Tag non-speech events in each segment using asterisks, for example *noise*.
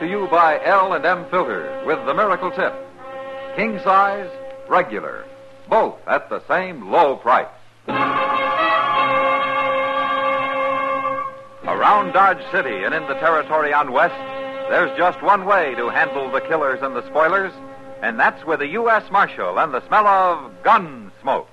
to you by L&M Filter with the miracle tip. King size, regular, both at the same low price. Around Dodge City and in the territory on West, there's just one way to handle the killers and the spoilers, and that's with a U.S. Marshal and the smell of gun smoke.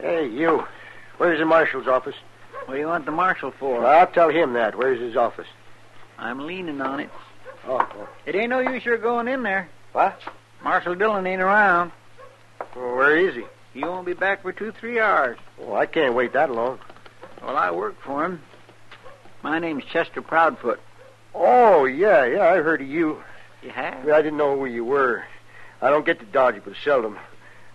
Hey, you. Where's the marshal's office? What do you want the marshal for? I'll tell him that. Where's his office? I'm leaning on it. Oh, oh. It ain't no use your going in there. What? Marshal Dillon ain't around. Well, where is he? He won't be back for two, three hours. Oh, I can't wait that long. Well, I work for him. My name's Chester Proudfoot. Oh, yeah, yeah, I heard of you. You have? I didn't know who you were. I don't get to Dodge, but seldom.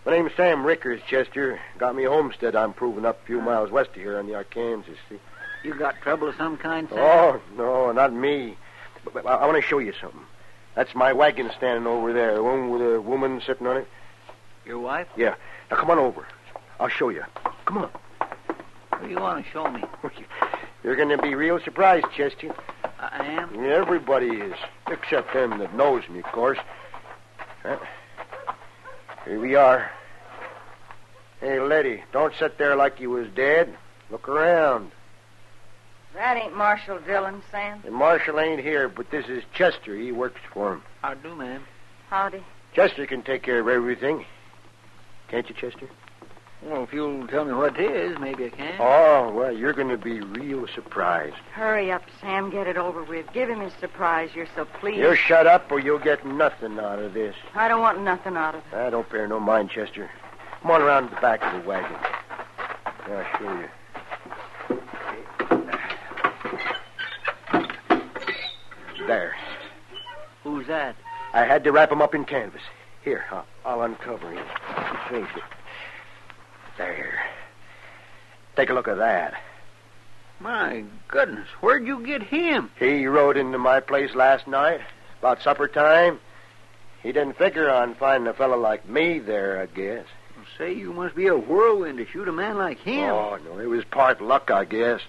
My name's Sam Rickers, Chester. Got me a homestead I'm proving up a few miles west of here on the Arkansas, see? You got trouble of some kind, Sam? Oh, no, not me. But, but I, want to show you something. That's my wagon standing over there, the one with a woman sitting on it. Your wife? Yeah. Now, come on over. I'll show you. *laughs* Come on. What do you want to show me? You're going to be real surprised, Chester. I I am? Everybody is, except them that knows me, of course. Huh? Here we are. Hey, lady, don't sit there like you was dead. Look around. That ain't Marshal Dillon, Sam. The marshal ain't here, but this is Chester. He works for him. I do, ma'am. Howdy. Chester can take care of everything. Can't you, Chester? Well, if you'll tell me what it is, maybe I can. Oh, well, you're going to be real surprised. Hurry up, Sam. Get it over with. Give him his surprise. You're so pleased. You shut up or you'll get nothing out of this. I don't want nothing out of it. I don't bear no mind, Chester. Come on around to the back of the wagon. I'll show you. There. Who's that? I had to wrap him up in canvas. Here, I'll, I'll uncover him. Face it. There. Take a look at that. My goodness, where'd you get him? He rode into my place last night, about supper time. He didn't figure on finding a fellow like me there, I guess. Say, you must be a whirlwind to shoot a man like him. Oh, no, it was part luck, I guess.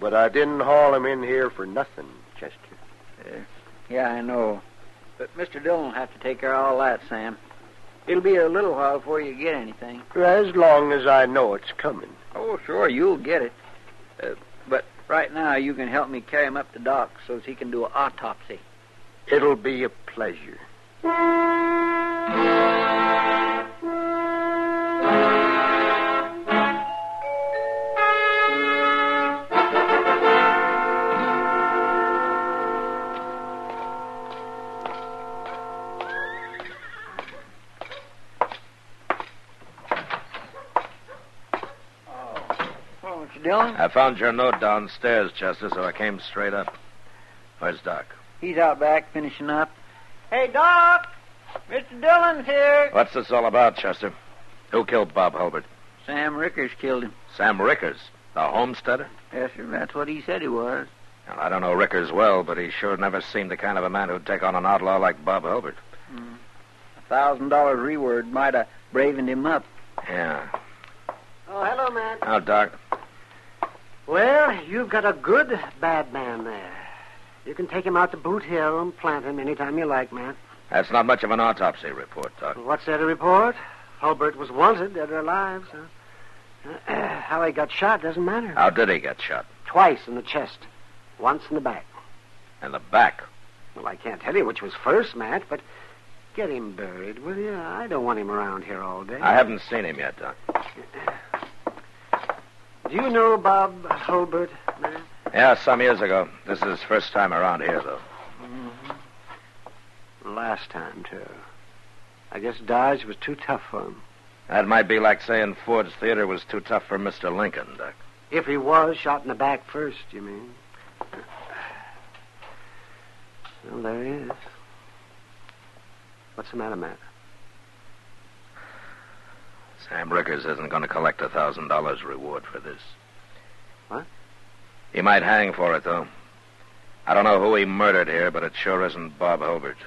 But I didn't haul him in here for nothing, Chester. Yeah, I know. But Mr. Dillon will have to take care of all that, Sam. It'll be a little while before you get anything. As long as I know it's coming. Oh, sure, you'll get it. Uh, but right now, you can help me carry him up to Doc so as he can do an autopsy. It'll be a pleasure. Oh, Mr. Dillon? I found your note downstairs, Chester, so I came straight up. Where's Doc? He's out back finishing up. Hey, Doc! Mr. Dillon's here! What's this all about, Chester? Who killed Bob Hulbert? Sam Rickers killed him. Sam Rickers, the homesteader? Yes, sir, that's what he said he was. Now, I don't know Rickers well, but he sure never seemed the kind of a man who'd take on an outlaw like Bob Hulbert. A thousand dollar reward might have bravened him up. Yeah. Oh, hello, Matt. Now, Doc, Well, you've got a good bad man there. You can take him out to Boot Hill and plant him anytime you like, Matt. that's not much of an autopsy report, Doc. What's there to report? Hulbert was wanted, dead or alive, so *clears throat* How he got shot doesn't matter. How did he get shot? Twice in the chest, once in the back. In the back. Well, I can't tell you which was first, Matt, but get him buried, will you? I don't want him around here all day. I haven't seen him yet, Doc. Do you know Bob Holbert, Matt? Yeah, some years ago. This is his first time around here, though. Last time, too. I guess Dodge was too tough for him. That might be like saying Ford's theater was too tough for Mr. Lincoln, Doc. If he was shot in the back first, you mean? *sighs* Well, there he is. What's the matter, Matt? Sam Rickers isn't going to collect a thousand dollars reward for this. What? He might hang for it, though. I don't know who he murdered here, but it sure isn't Bob Hobart.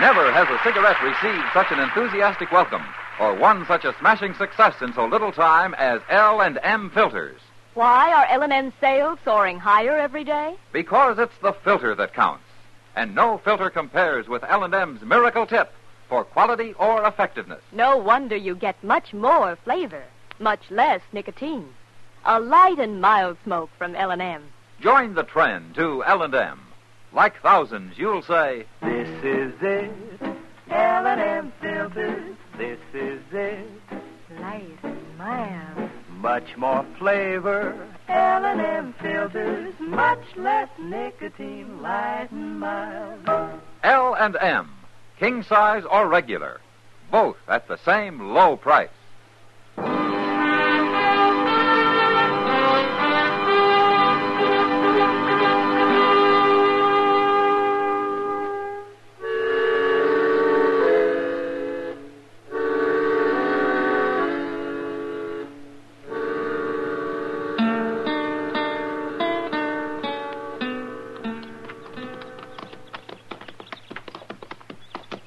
Never has a cigarette received such an enthusiastic welcome or won such a smashing success in so little time as L&M filters Why are L&M sales soaring higher every day? because it's the filter that counts. And no filter compares with L&M's miracle tip for quality or effectiveness. No wonder you get much more flavor, much less nicotine. A light and mild smoke from L&M. Join the trend to L&M. Like thousands, you'll say, This is it. L&M filters. This is it. Light and mild. Much more flavor. L&M filters, much less nicotine, light and mild. L&M, king size or regular, both at the same low price.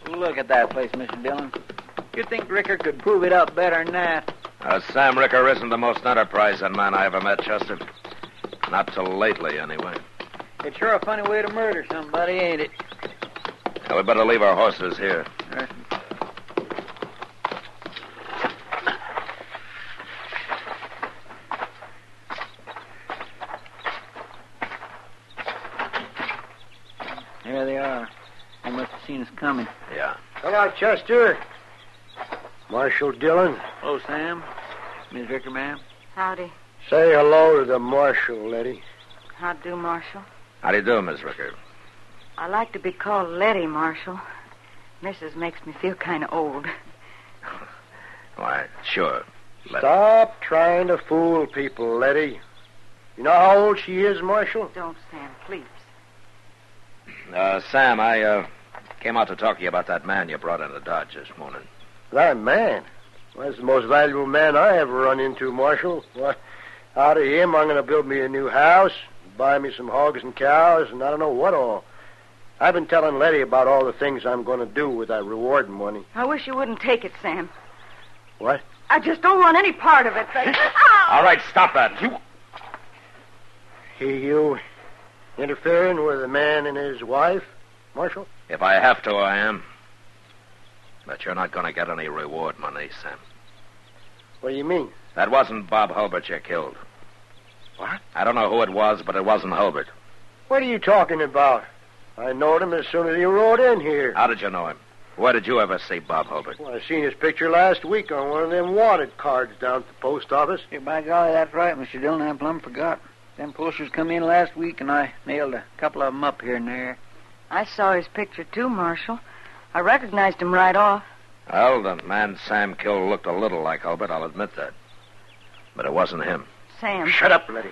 Look at that place, Mr. Dillon. You'd think Ricker could prove it up better than that. Uh, Sam Ricker isn't the most enterprising man I ever met, Chester. Not till lately, anyway. It's sure a funny way to murder somebody, ain't it? Now, we better leave our horses here. Here they are. They must have seen us coming. Yeah. Hello, Chester. Marshal Dillon. Hello, Oh, Sam. Miss Ricker, ma'am. Howdy. Say hello to the Marshal, Letty. How do, Marshal? How do you do, Miss Ricker? I like to be called Letty, Marshal. Mrs. makes me feel kind of old. Why, sure. Letty. Stop trying to fool people, Letty. You know how old she is, Marshal? Don't, Sam, please. Uh, Sam, I uh, came out to talk to you about that man you brought into Dodge this morning. That man. Well, that's the most valuable man I ever run into, Marshal. Why, out of him, I'm going to build me a new house, buy me some hogs and cows, and I don't know what all. I've been telling Letty about all the things I'm going to do with that reward money. I wish you wouldn't take it, Sam. What? I just don't want any part of it. *laughs* But... All right, stop that. You. You interfering with a man and his wife, Marshal? If I have to, I am. But you're not going to get any reward money, Sam. What do you mean? That wasn't Bob Hulbert you killed. What? I don't know who it was, but it wasn't Hulbert. What are you talking about? I knowed him as soon as he rode in here. How did you know him? Where did you ever see Bob Hulbert? Well, I seen his picture last week on one of them wanted cards down at the post office. Yeah, by golly, that's right, Mr. Dillon. I plumb forgot. Them posters come in last week, and I nailed a couple of 'em up here and there. I saw his picture, too, Marshal. I recognized him right off. Well, the man Sam killed looked a little like Hulbert, I'll admit that. But it wasn't him. Sam. Shut up, Letty.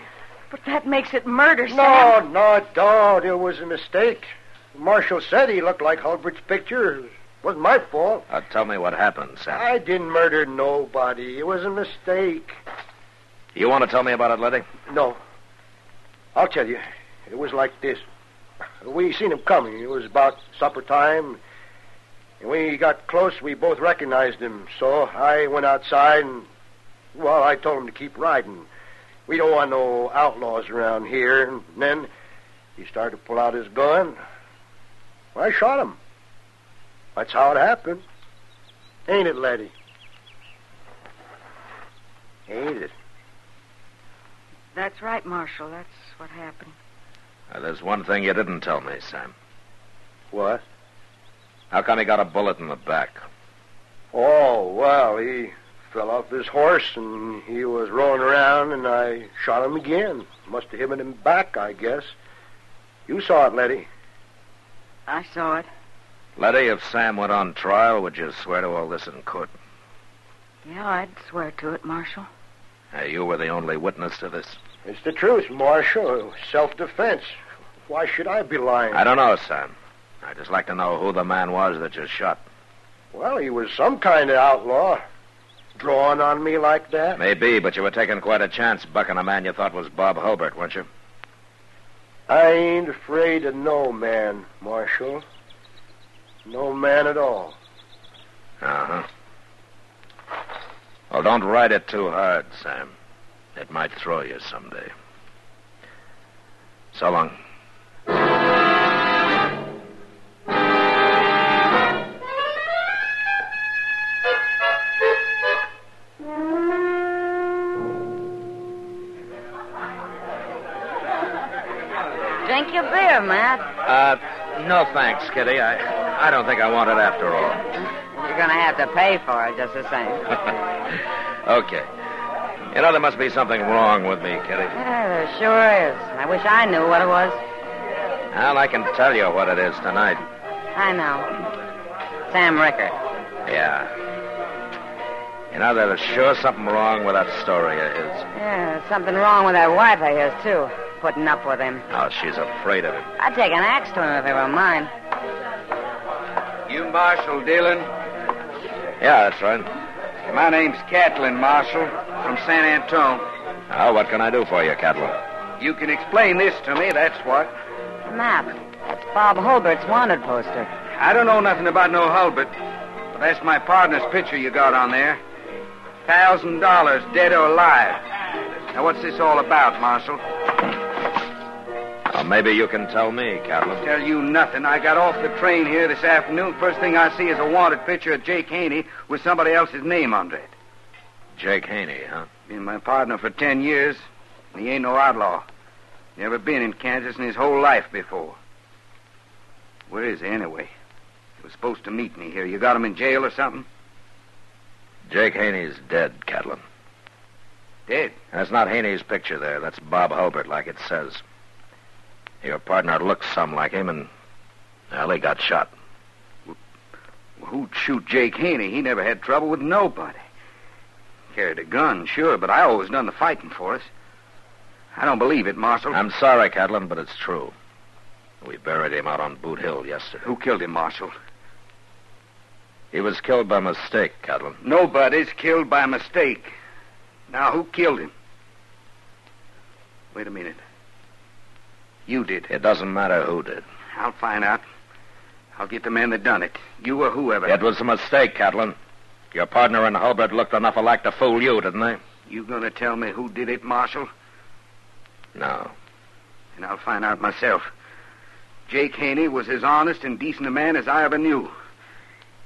But that makes it murder, No, Sam. no, it don't. It was a mistake. The marshal said he looked like Hulbert's picture. It wasn't my fault. Uh, tell me what happened, Sam. I didn't murder nobody. It was a mistake. You want to tell me about it, Letty? No. I'll tell you. It was like this. We seen him coming. It was about supper time. When he got close, we both recognized him. So I went outside and, well, I told him to keep riding. We don't want no outlaws around here. And then he started to pull out his gun. I shot him. That's how it happened. Ain't it, Letty? Ain't it? That's right, Marshal. That's what happened. Uh, there's one thing you didn't tell me, Sam. What? How come he got a bullet in the back? Oh, well, he fell off his horse and he was rolling around and I shot him again. Must have hit him in the back, I guess. You saw it, Letty. I saw it. Letty, if Sam went on trial, would you swear to all this in court? Yeah, I'd swear to it, Marshal. Hey, you were the only witness to this. It's the truth, Marshal. It was Self-defense. Why should I be lying? I don't know, Sam. I'd just like to know who the man was that you shot. Well, he was some kind of outlaw. Drawing on me like that. Maybe, but you were taking quite a chance bucking a man you thought was Bob Hobart, weren't you? I ain't afraid of no man, Marshal. No man at all. Uh huh. Well, don't ride it too hard, Sam. It might throw you someday. So long. Drink your beer, Matt. Uh, no thanks, Kitty. I, I don't think I want it after all. *laughs* You're going to have to pay for it just the same. okay. You know, there must be something wrong with me, Kitty. Yeah, there sure is. I wish I knew what it was. Well, I can tell you what it is tonight. I know. Sam Ricker. Yeah. You know, there's sure something wrong with that story of his. Yeah, there's something wrong with that wife of his, too. Putting up with him. Oh, she's afraid of him. I'd take an axe to him if he were mine. You Marshal Dillon? Yeah, that's right. My name's Catlin, Marshal, from San Antone. Now, what can I do for you, Catlin? You can explain this to me, that's what. Map. That's Bob Holbert's wanted poster. I don't know nothing about no Hulbert, but that's my partner's picture you got on there. Thousand dollars, dead or alive. Now, what's this all about, Marshal? Well, maybe you can tell me, Catlin. Tell you nothing. I got off the train here this afternoon. First thing I see is a wanted picture of Jake Haney with somebody else's name under it. Jake Haney, huh? Been my partner for ten years, and he ain't no outlaw. Never been in Kansas in his whole life before. Where is he anyway? He was supposed to meet me here. You got him in jail or something? Jake Haney's dead, Catlin. Dead. That's not Haney's picture there. That's Bob Hobart, like it says. Your partner looked some like him, and well, he got shot. Who'd shoot Jake Haney? He never had trouble with nobody. Carried a gun, sure, but I always done the fighting for us. I don't believe it, Marshal. I'm sorry, Catlin, but it's true. We buried him out on Boot Hill yesterday. Who killed him, Marshal? He was killed by mistake, Catlin. Nobody's killed by mistake. Now, who killed him? Wait a minute. You did. It doesn't matter who did. I'll find out. I'll get the man that done it. You or whoever. It was a mistake, Catlin. Your partner and Hulbert looked enough alike to fool you, didn't they? You gonna tell me who did it, Marshal? No. And I'll find out myself. Jake Haney was as honest and decent a man as I ever knew.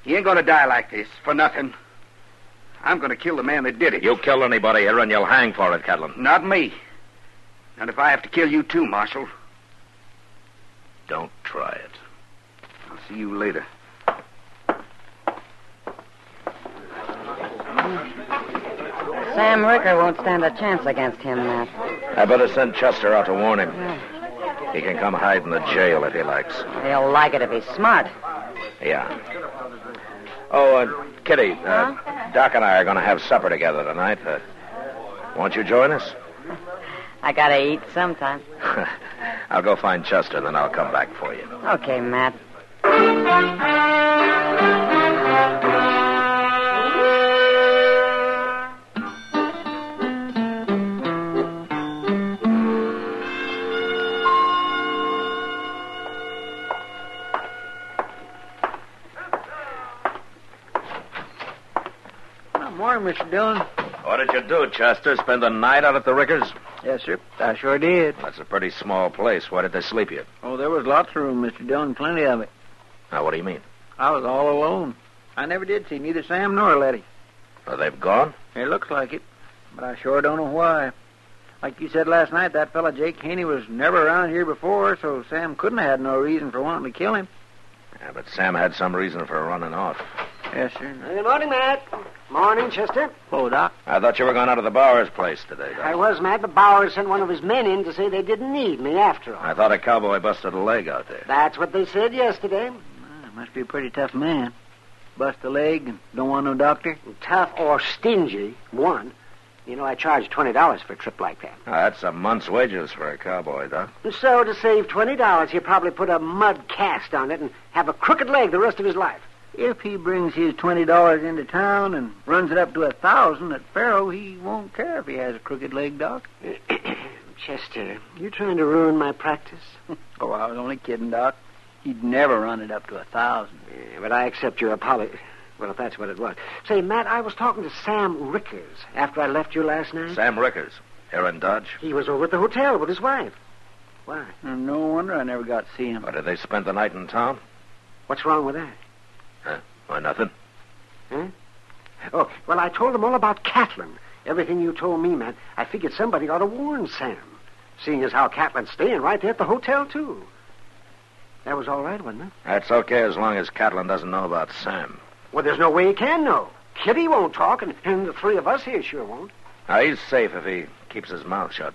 He ain't gonna die like this for nothing. I'm gonna kill the man that did it. You kill anybody here, and you'll hang for it, Catlin. Not me. Not if I have to kill you too, Marshal. Don't try it. I'll see you later. Sam Ricker won't stand a chance against him, Matt. I better send Chester out to warn him. He can come hide in the jail if he likes. He'll like it if he's smart. Yeah. Oh, uh, Kitty, uh, Doc and I are going to have supper together tonight. Uh, won't you join us? *laughs* I gotta eat sometime. I'll go find Chester, then I'll come back for you. Okay, Matt. morning, Mr. Dillon. What did you do, Chester? Spend the night out at the Rickers? Yes, sir. I sure did. That's a pretty small place. Where did they sleep you? Oh, there was lots of room, Mr. Dillon, plenty of it. Now, what do you mean? I was all alone. I never did see neither Sam nor Letty. Are they've gone? It looks like it, but I sure don't know why. Like you said last night, that fella Jake Haney was never around here before, so Sam couldn't have had no reason for wanting to kill him. Yeah, but Sam had some reason for running off. Yes, sir. Good morning, Matt. Morning, Chester. Hello, Doc. I thought you were going out of the Bowers place today. Doc. I was, Matt, but Bowers sent one of his men in to say they didn't need me after all. I thought a cowboy busted a leg out there. That's what they said yesterday. Well, must be a pretty tough man. Bust a leg and don't want no doctor. Tough or stingy, one. You know, I charge $20 for a trip like that. Now, that's a month's wages for a cowboy, Doc. And so, to save $20, he'll probably put a mud cast on it and have a crooked leg the rest of his life. If he brings his twenty dollars into town and runs it up to a thousand at Faro, he won't care if he has a crooked leg, Doc. *clears throat* Chester, you trying to ruin my practice? Oh, I was only kidding, Doc. He'd never run it up to a thousand. Yeah, but I accept your apology. Well, if that's what it was. Say, Matt, I was talking to Sam Rickers after I left you last Hmm? night. Sam Rickers, here in Dodge. He was over at the hotel with his wife. Why? And no wonder I never got to see him. Or did they spend the night in town? What's wrong with that? Or nothing? Oh, well, I told him all about Catlin. Everything you told me, Matt. I figured somebody ought to warn Sam, seeing as how Catlin's staying right there at the hotel, too. That was all right, wasn't it? That's okay as long as Catlin doesn't know about Sam. Well, there's no way he can know. Kitty won't talk, and, and the three of us here sure won't. Now, he's safe if he keeps his mouth shut.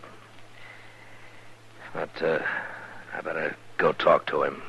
But, uh, I better go talk to him.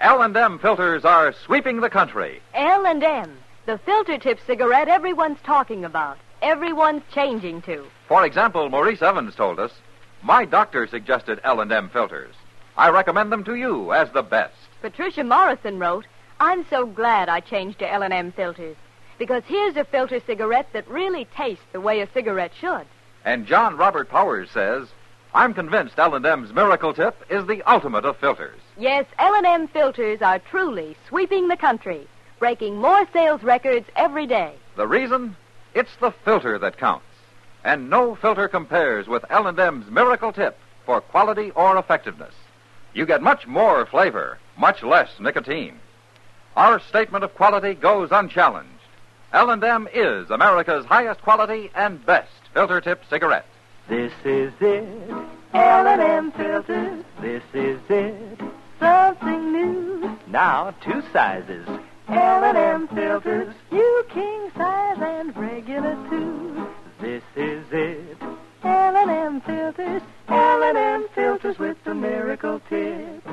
L&M filters are sweeping the country. L and M, the filter tip cigarette everyone's talking about, everyone's changing to. For example, Maurice Evans told us, "My doctor suggested L&M filters. I recommend them to you as the best." Patricia Morrison wrote, "I'm so glad I changed to L&M filters because here's a filter cigarette that really tastes the way a cigarette should." And John Robert Powers says, "I'm convinced L&M's miracle tip is the ultimate of filters." Yes, L&M filters are truly sweeping the country, breaking more sales records every day. The reason? It's the filter that counts. And no filter compares with L&M's Miracle Tip for quality or effectiveness. You get much more flavor, much less nicotine. Our statement of quality goes unchallenged. L&M is America's highest quality and best filter tip cigarette. This is it. L&M filters. This is it. Something new. Now two sizes. L&M filters. New king size and regular too. This is it. L&M filters. L&M filters with the miracle tip.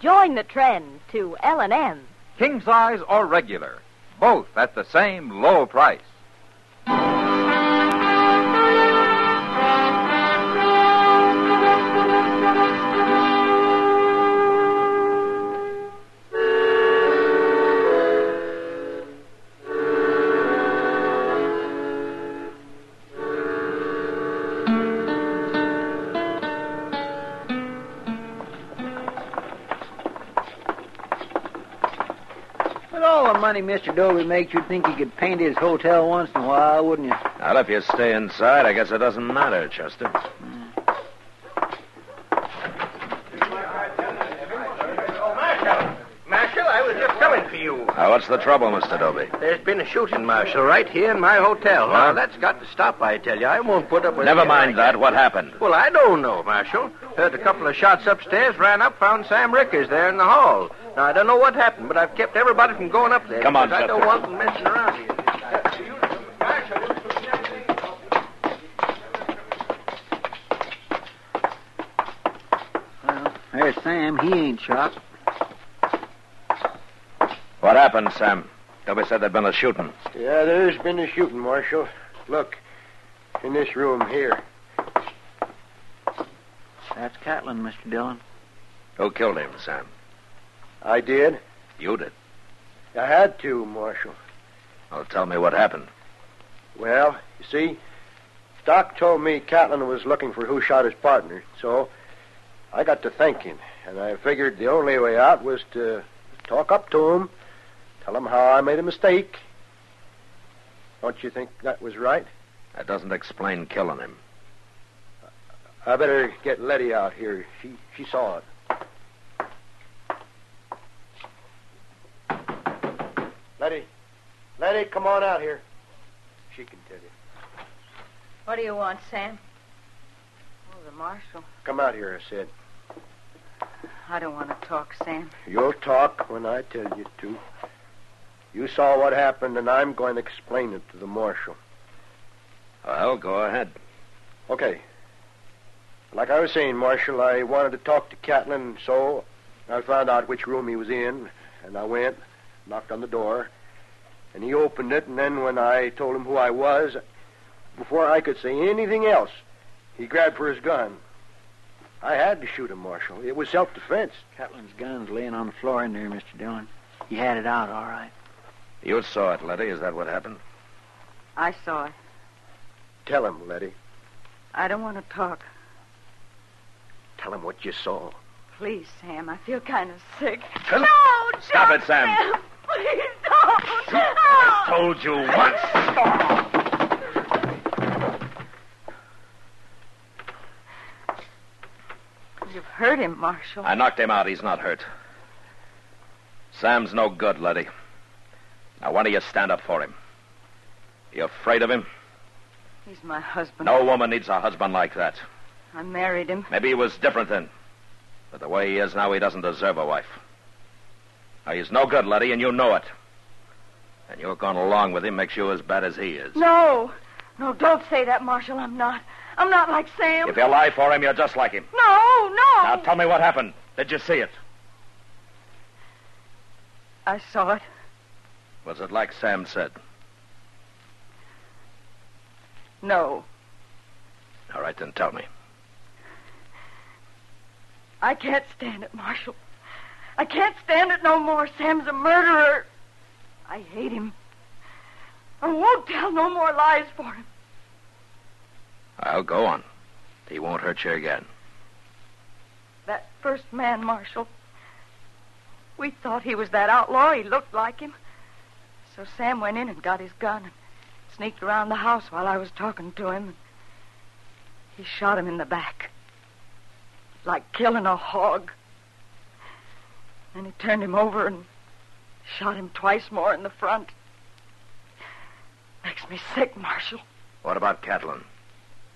Join the trend to L&M. King size or regular, both at the same low price. With all the money Mr. Doby makes, you'd think he could paint his hotel once in a while, wouldn't you? Well, if you stay inside, I guess it doesn't matter, Chester. Marshal, I was just coming for you. Now, what's the trouble, Mr. Dobie? There's been a shooting, Marshal, right here in my hotel. Now, that's got to stop, I tell you. I won't put up with Never anything mind like that. What happened? Well, I don't know, Marshal. Heard a couple of shots upstairs, ran up, found Sam Rickers there in the hall. Now, I don't know what happened, but I've kept everybody from going up there. Come on, because I don't Chester. want them messing around here. Well, there's Sam. He ain't shot. What happened, Sam? Dobie said there'd been a shooting. Yeah, there's been a shooting, Marshal. Look, in this room here. That's Catlin, Mr. Dillon. Who killed him, Sam? I did. You did. I had to, Marshal. Well, tell me what happened. Well, you see, Doc told me Catlin was looking for who shot his partner, so I got to thinking, and I figured the only way out was to talk up to him, tell him how I made a mistake. Don't you think that was right? That doesn't explain killing him. I better get Letty out here. She she saw it. Letty, Letty, come on out here. She can tell you. What do you want, Sam? Oh, the marshal. Come out here, I said. I don't want to talk, Sam. You'll talk when I tell you to. You saw what happened, and I'm going to explain it to the marshal. Well, go ahead. Okay. Like I was saying, Marshal, I wanted to talk to Catlin, so I found out which room he was in, and I went, knocked on the door, and he opened it, and then when I told him who I was, before I could say anything else, he grabbed for his gun. I had to shoot him, Marshal. It was self-defense. Catlin's gun's laying on the floor in there, Mr. Dillon. He had it out, all right. You saw it, Letty. Is that what happened? I saw it. Tell him, Letty. I don't want to talk. Tell him what you saw. Please, Sam, I feel kind of sick. Come- No! Stop don't, it, Sam. Please don't! I told you once. You've hurt him, Marshal. I knocked him out. He's not hurt. Sam's no good, Letty. Now, why don't you stand up for him? You afraid of him? He's my husband. No woman needs a husband like that. I married him. Maybe he was different then. But the way he is now, he doesn't deserve a wife. Now, he's no good, Letty, and you know it. And your going along with him makes you as bad as he is. No. No, don't say that, Marshal. I'm not. I'm not like Sam. If you lie for him, you're just like him. No, no. Now, tell me what happened. Did you see it? I saw it. Was it like Sam said? No. All right, then tell me. I can't stand it, Marshal. I can't stand it no more. Sam's a murderer. I hate him. I won't tell no more lies for him. I'll go on. He won't hurt you again. That first man, Marshal. We thought he was that outlaw. He looked like him. So Sam went in and got his gun and sneaked around the house while I was talking to him. He shot him in the back. Like killing a hog. Then he turned him over and shot him twice more in the front. Makes me sick, Marshal. What about Catlin?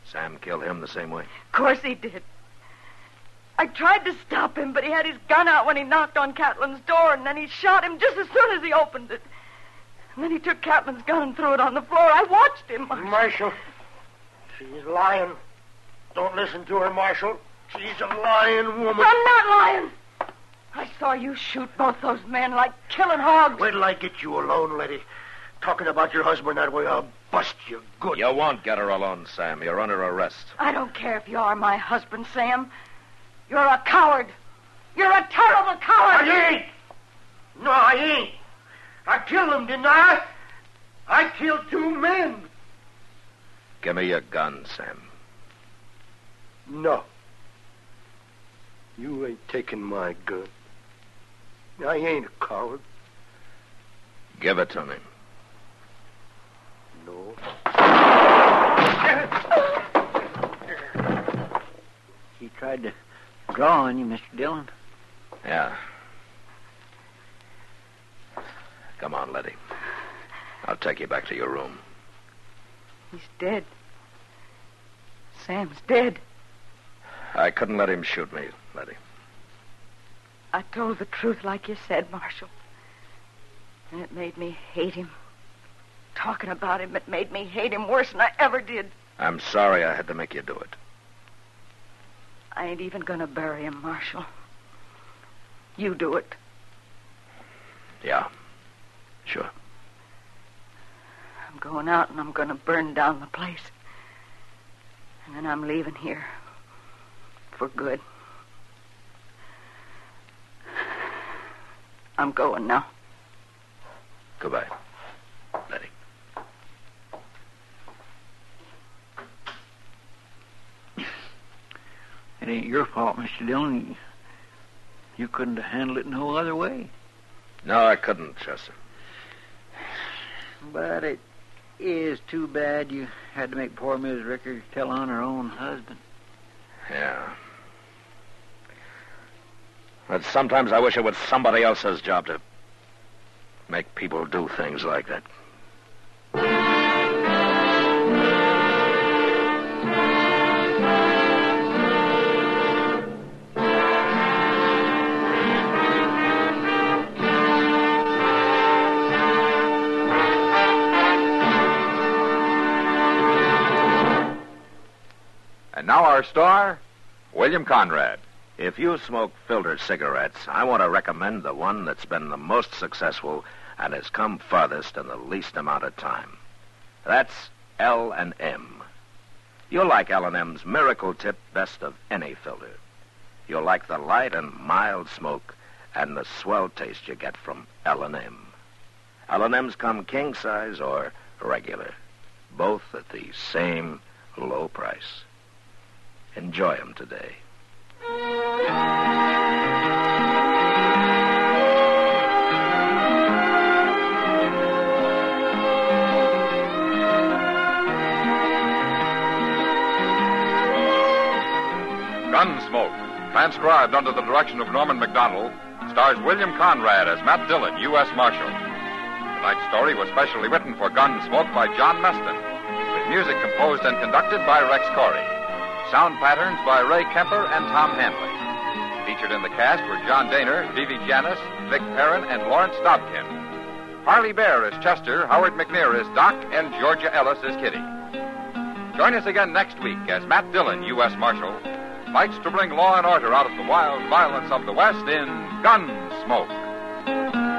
Sam killed him the same way. Of course he did. I tried to stop him, but he had his gun out when he knocked on Catlin's door, and then he shot him just as soon as he opened it. And then he took Catlin's gun and threw it on the floor. I watched him. Marshal, she's lying. Don't listen to her, Marshal. She's a lying woman. I'm not lying. I saw you shoot both those men like killing hogs. Wait till I get you alone, Letty. Talking about your husband that way, I'll bust you. Good. You won't get her alone, Sam. You're under arrest. I don't care if you are my husband, Sam. You're a coward. You're a terrible coward. I ain't. No, I ain't. I killed him, didn't I? I killed two men. Give me your gun, Sam. No. You ain't taking my gun. I ain't a coward. Give it to me. No. He tried to draw on you, Mr. Dillon. Yeah. Come on, Letty. I'll take you back to your room. He's dead. Sam's dead. I couldn't let him shoot me, Letty. I told the truth like you said, Marshal. And it made me hate him. Talking about him, it made me hate him worse than I ever did. I'm sorry I had to make you do it. I ain't even gonna bury him, Marshal. You do it. Yeah. Sure. I'm going out and I'm gonna burn down the place. And then I'm leaving here. For good. I'm going now. Goodbye. It ain't your fault, Mr. Dillon. You couldn't have handled it no other way. No, I couldn't, Chester. But it is too bad you had to make poor Miss Rickard tell on her own husband. Yeah. But sometimes I wish it was somebody else's job to make people do things like that. And now our star, William Conrad. If you smoke filter cigarettes, I want to recommend the one that's been the most successful and has come farthest in the least amount of time. That's L and M. You'll like L and M's Miracle Tip best of any filter. You'll like the light and mild smoke and the swell taste you get from L and M. L and M's come king size or regular, both at the same low price. Enjoy 'em today. Gunsmoke, transcribed under the direction of Norman McDonald, stars William Conrad as Matt Dillon, U.S. Marshal. Tonight's story was specially written for Gunsmoke by John Meston, with music composed and conducted by Rex Corey. Sound patterns by Ray Kemper and Tom Hanley. Featured in the cast were John Daner, Vivi Janis, Vic Perrin, and Lawrence Dobkin. Harley Bear is Chester, Howard McNear is Doc, and Georgia Ellis is Kitty. Join us again next week as Matt Dillon, U.S. Marshal, fights to bring law and order out of the wild violence of the West in Gunsmoke.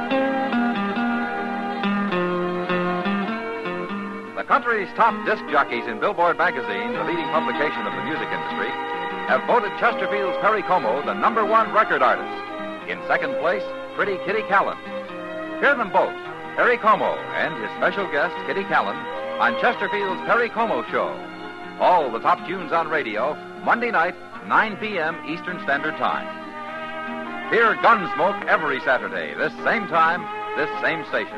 The country's top disc jockeys in Billboard magazine, the leading publication of the music industry, have voted Chesterfield's Perry Como the number one record artist. In second place, Pretty Kitty Callan. Hear them both, Perry Como and his special guest, Kitty Callan, on Chesterfield's Perry Como Show. All the top tunes on radio, Monday night, 9 p.m. Eastern Standard Time. Hear Gunsmoke every Saturday, this same time, this same station.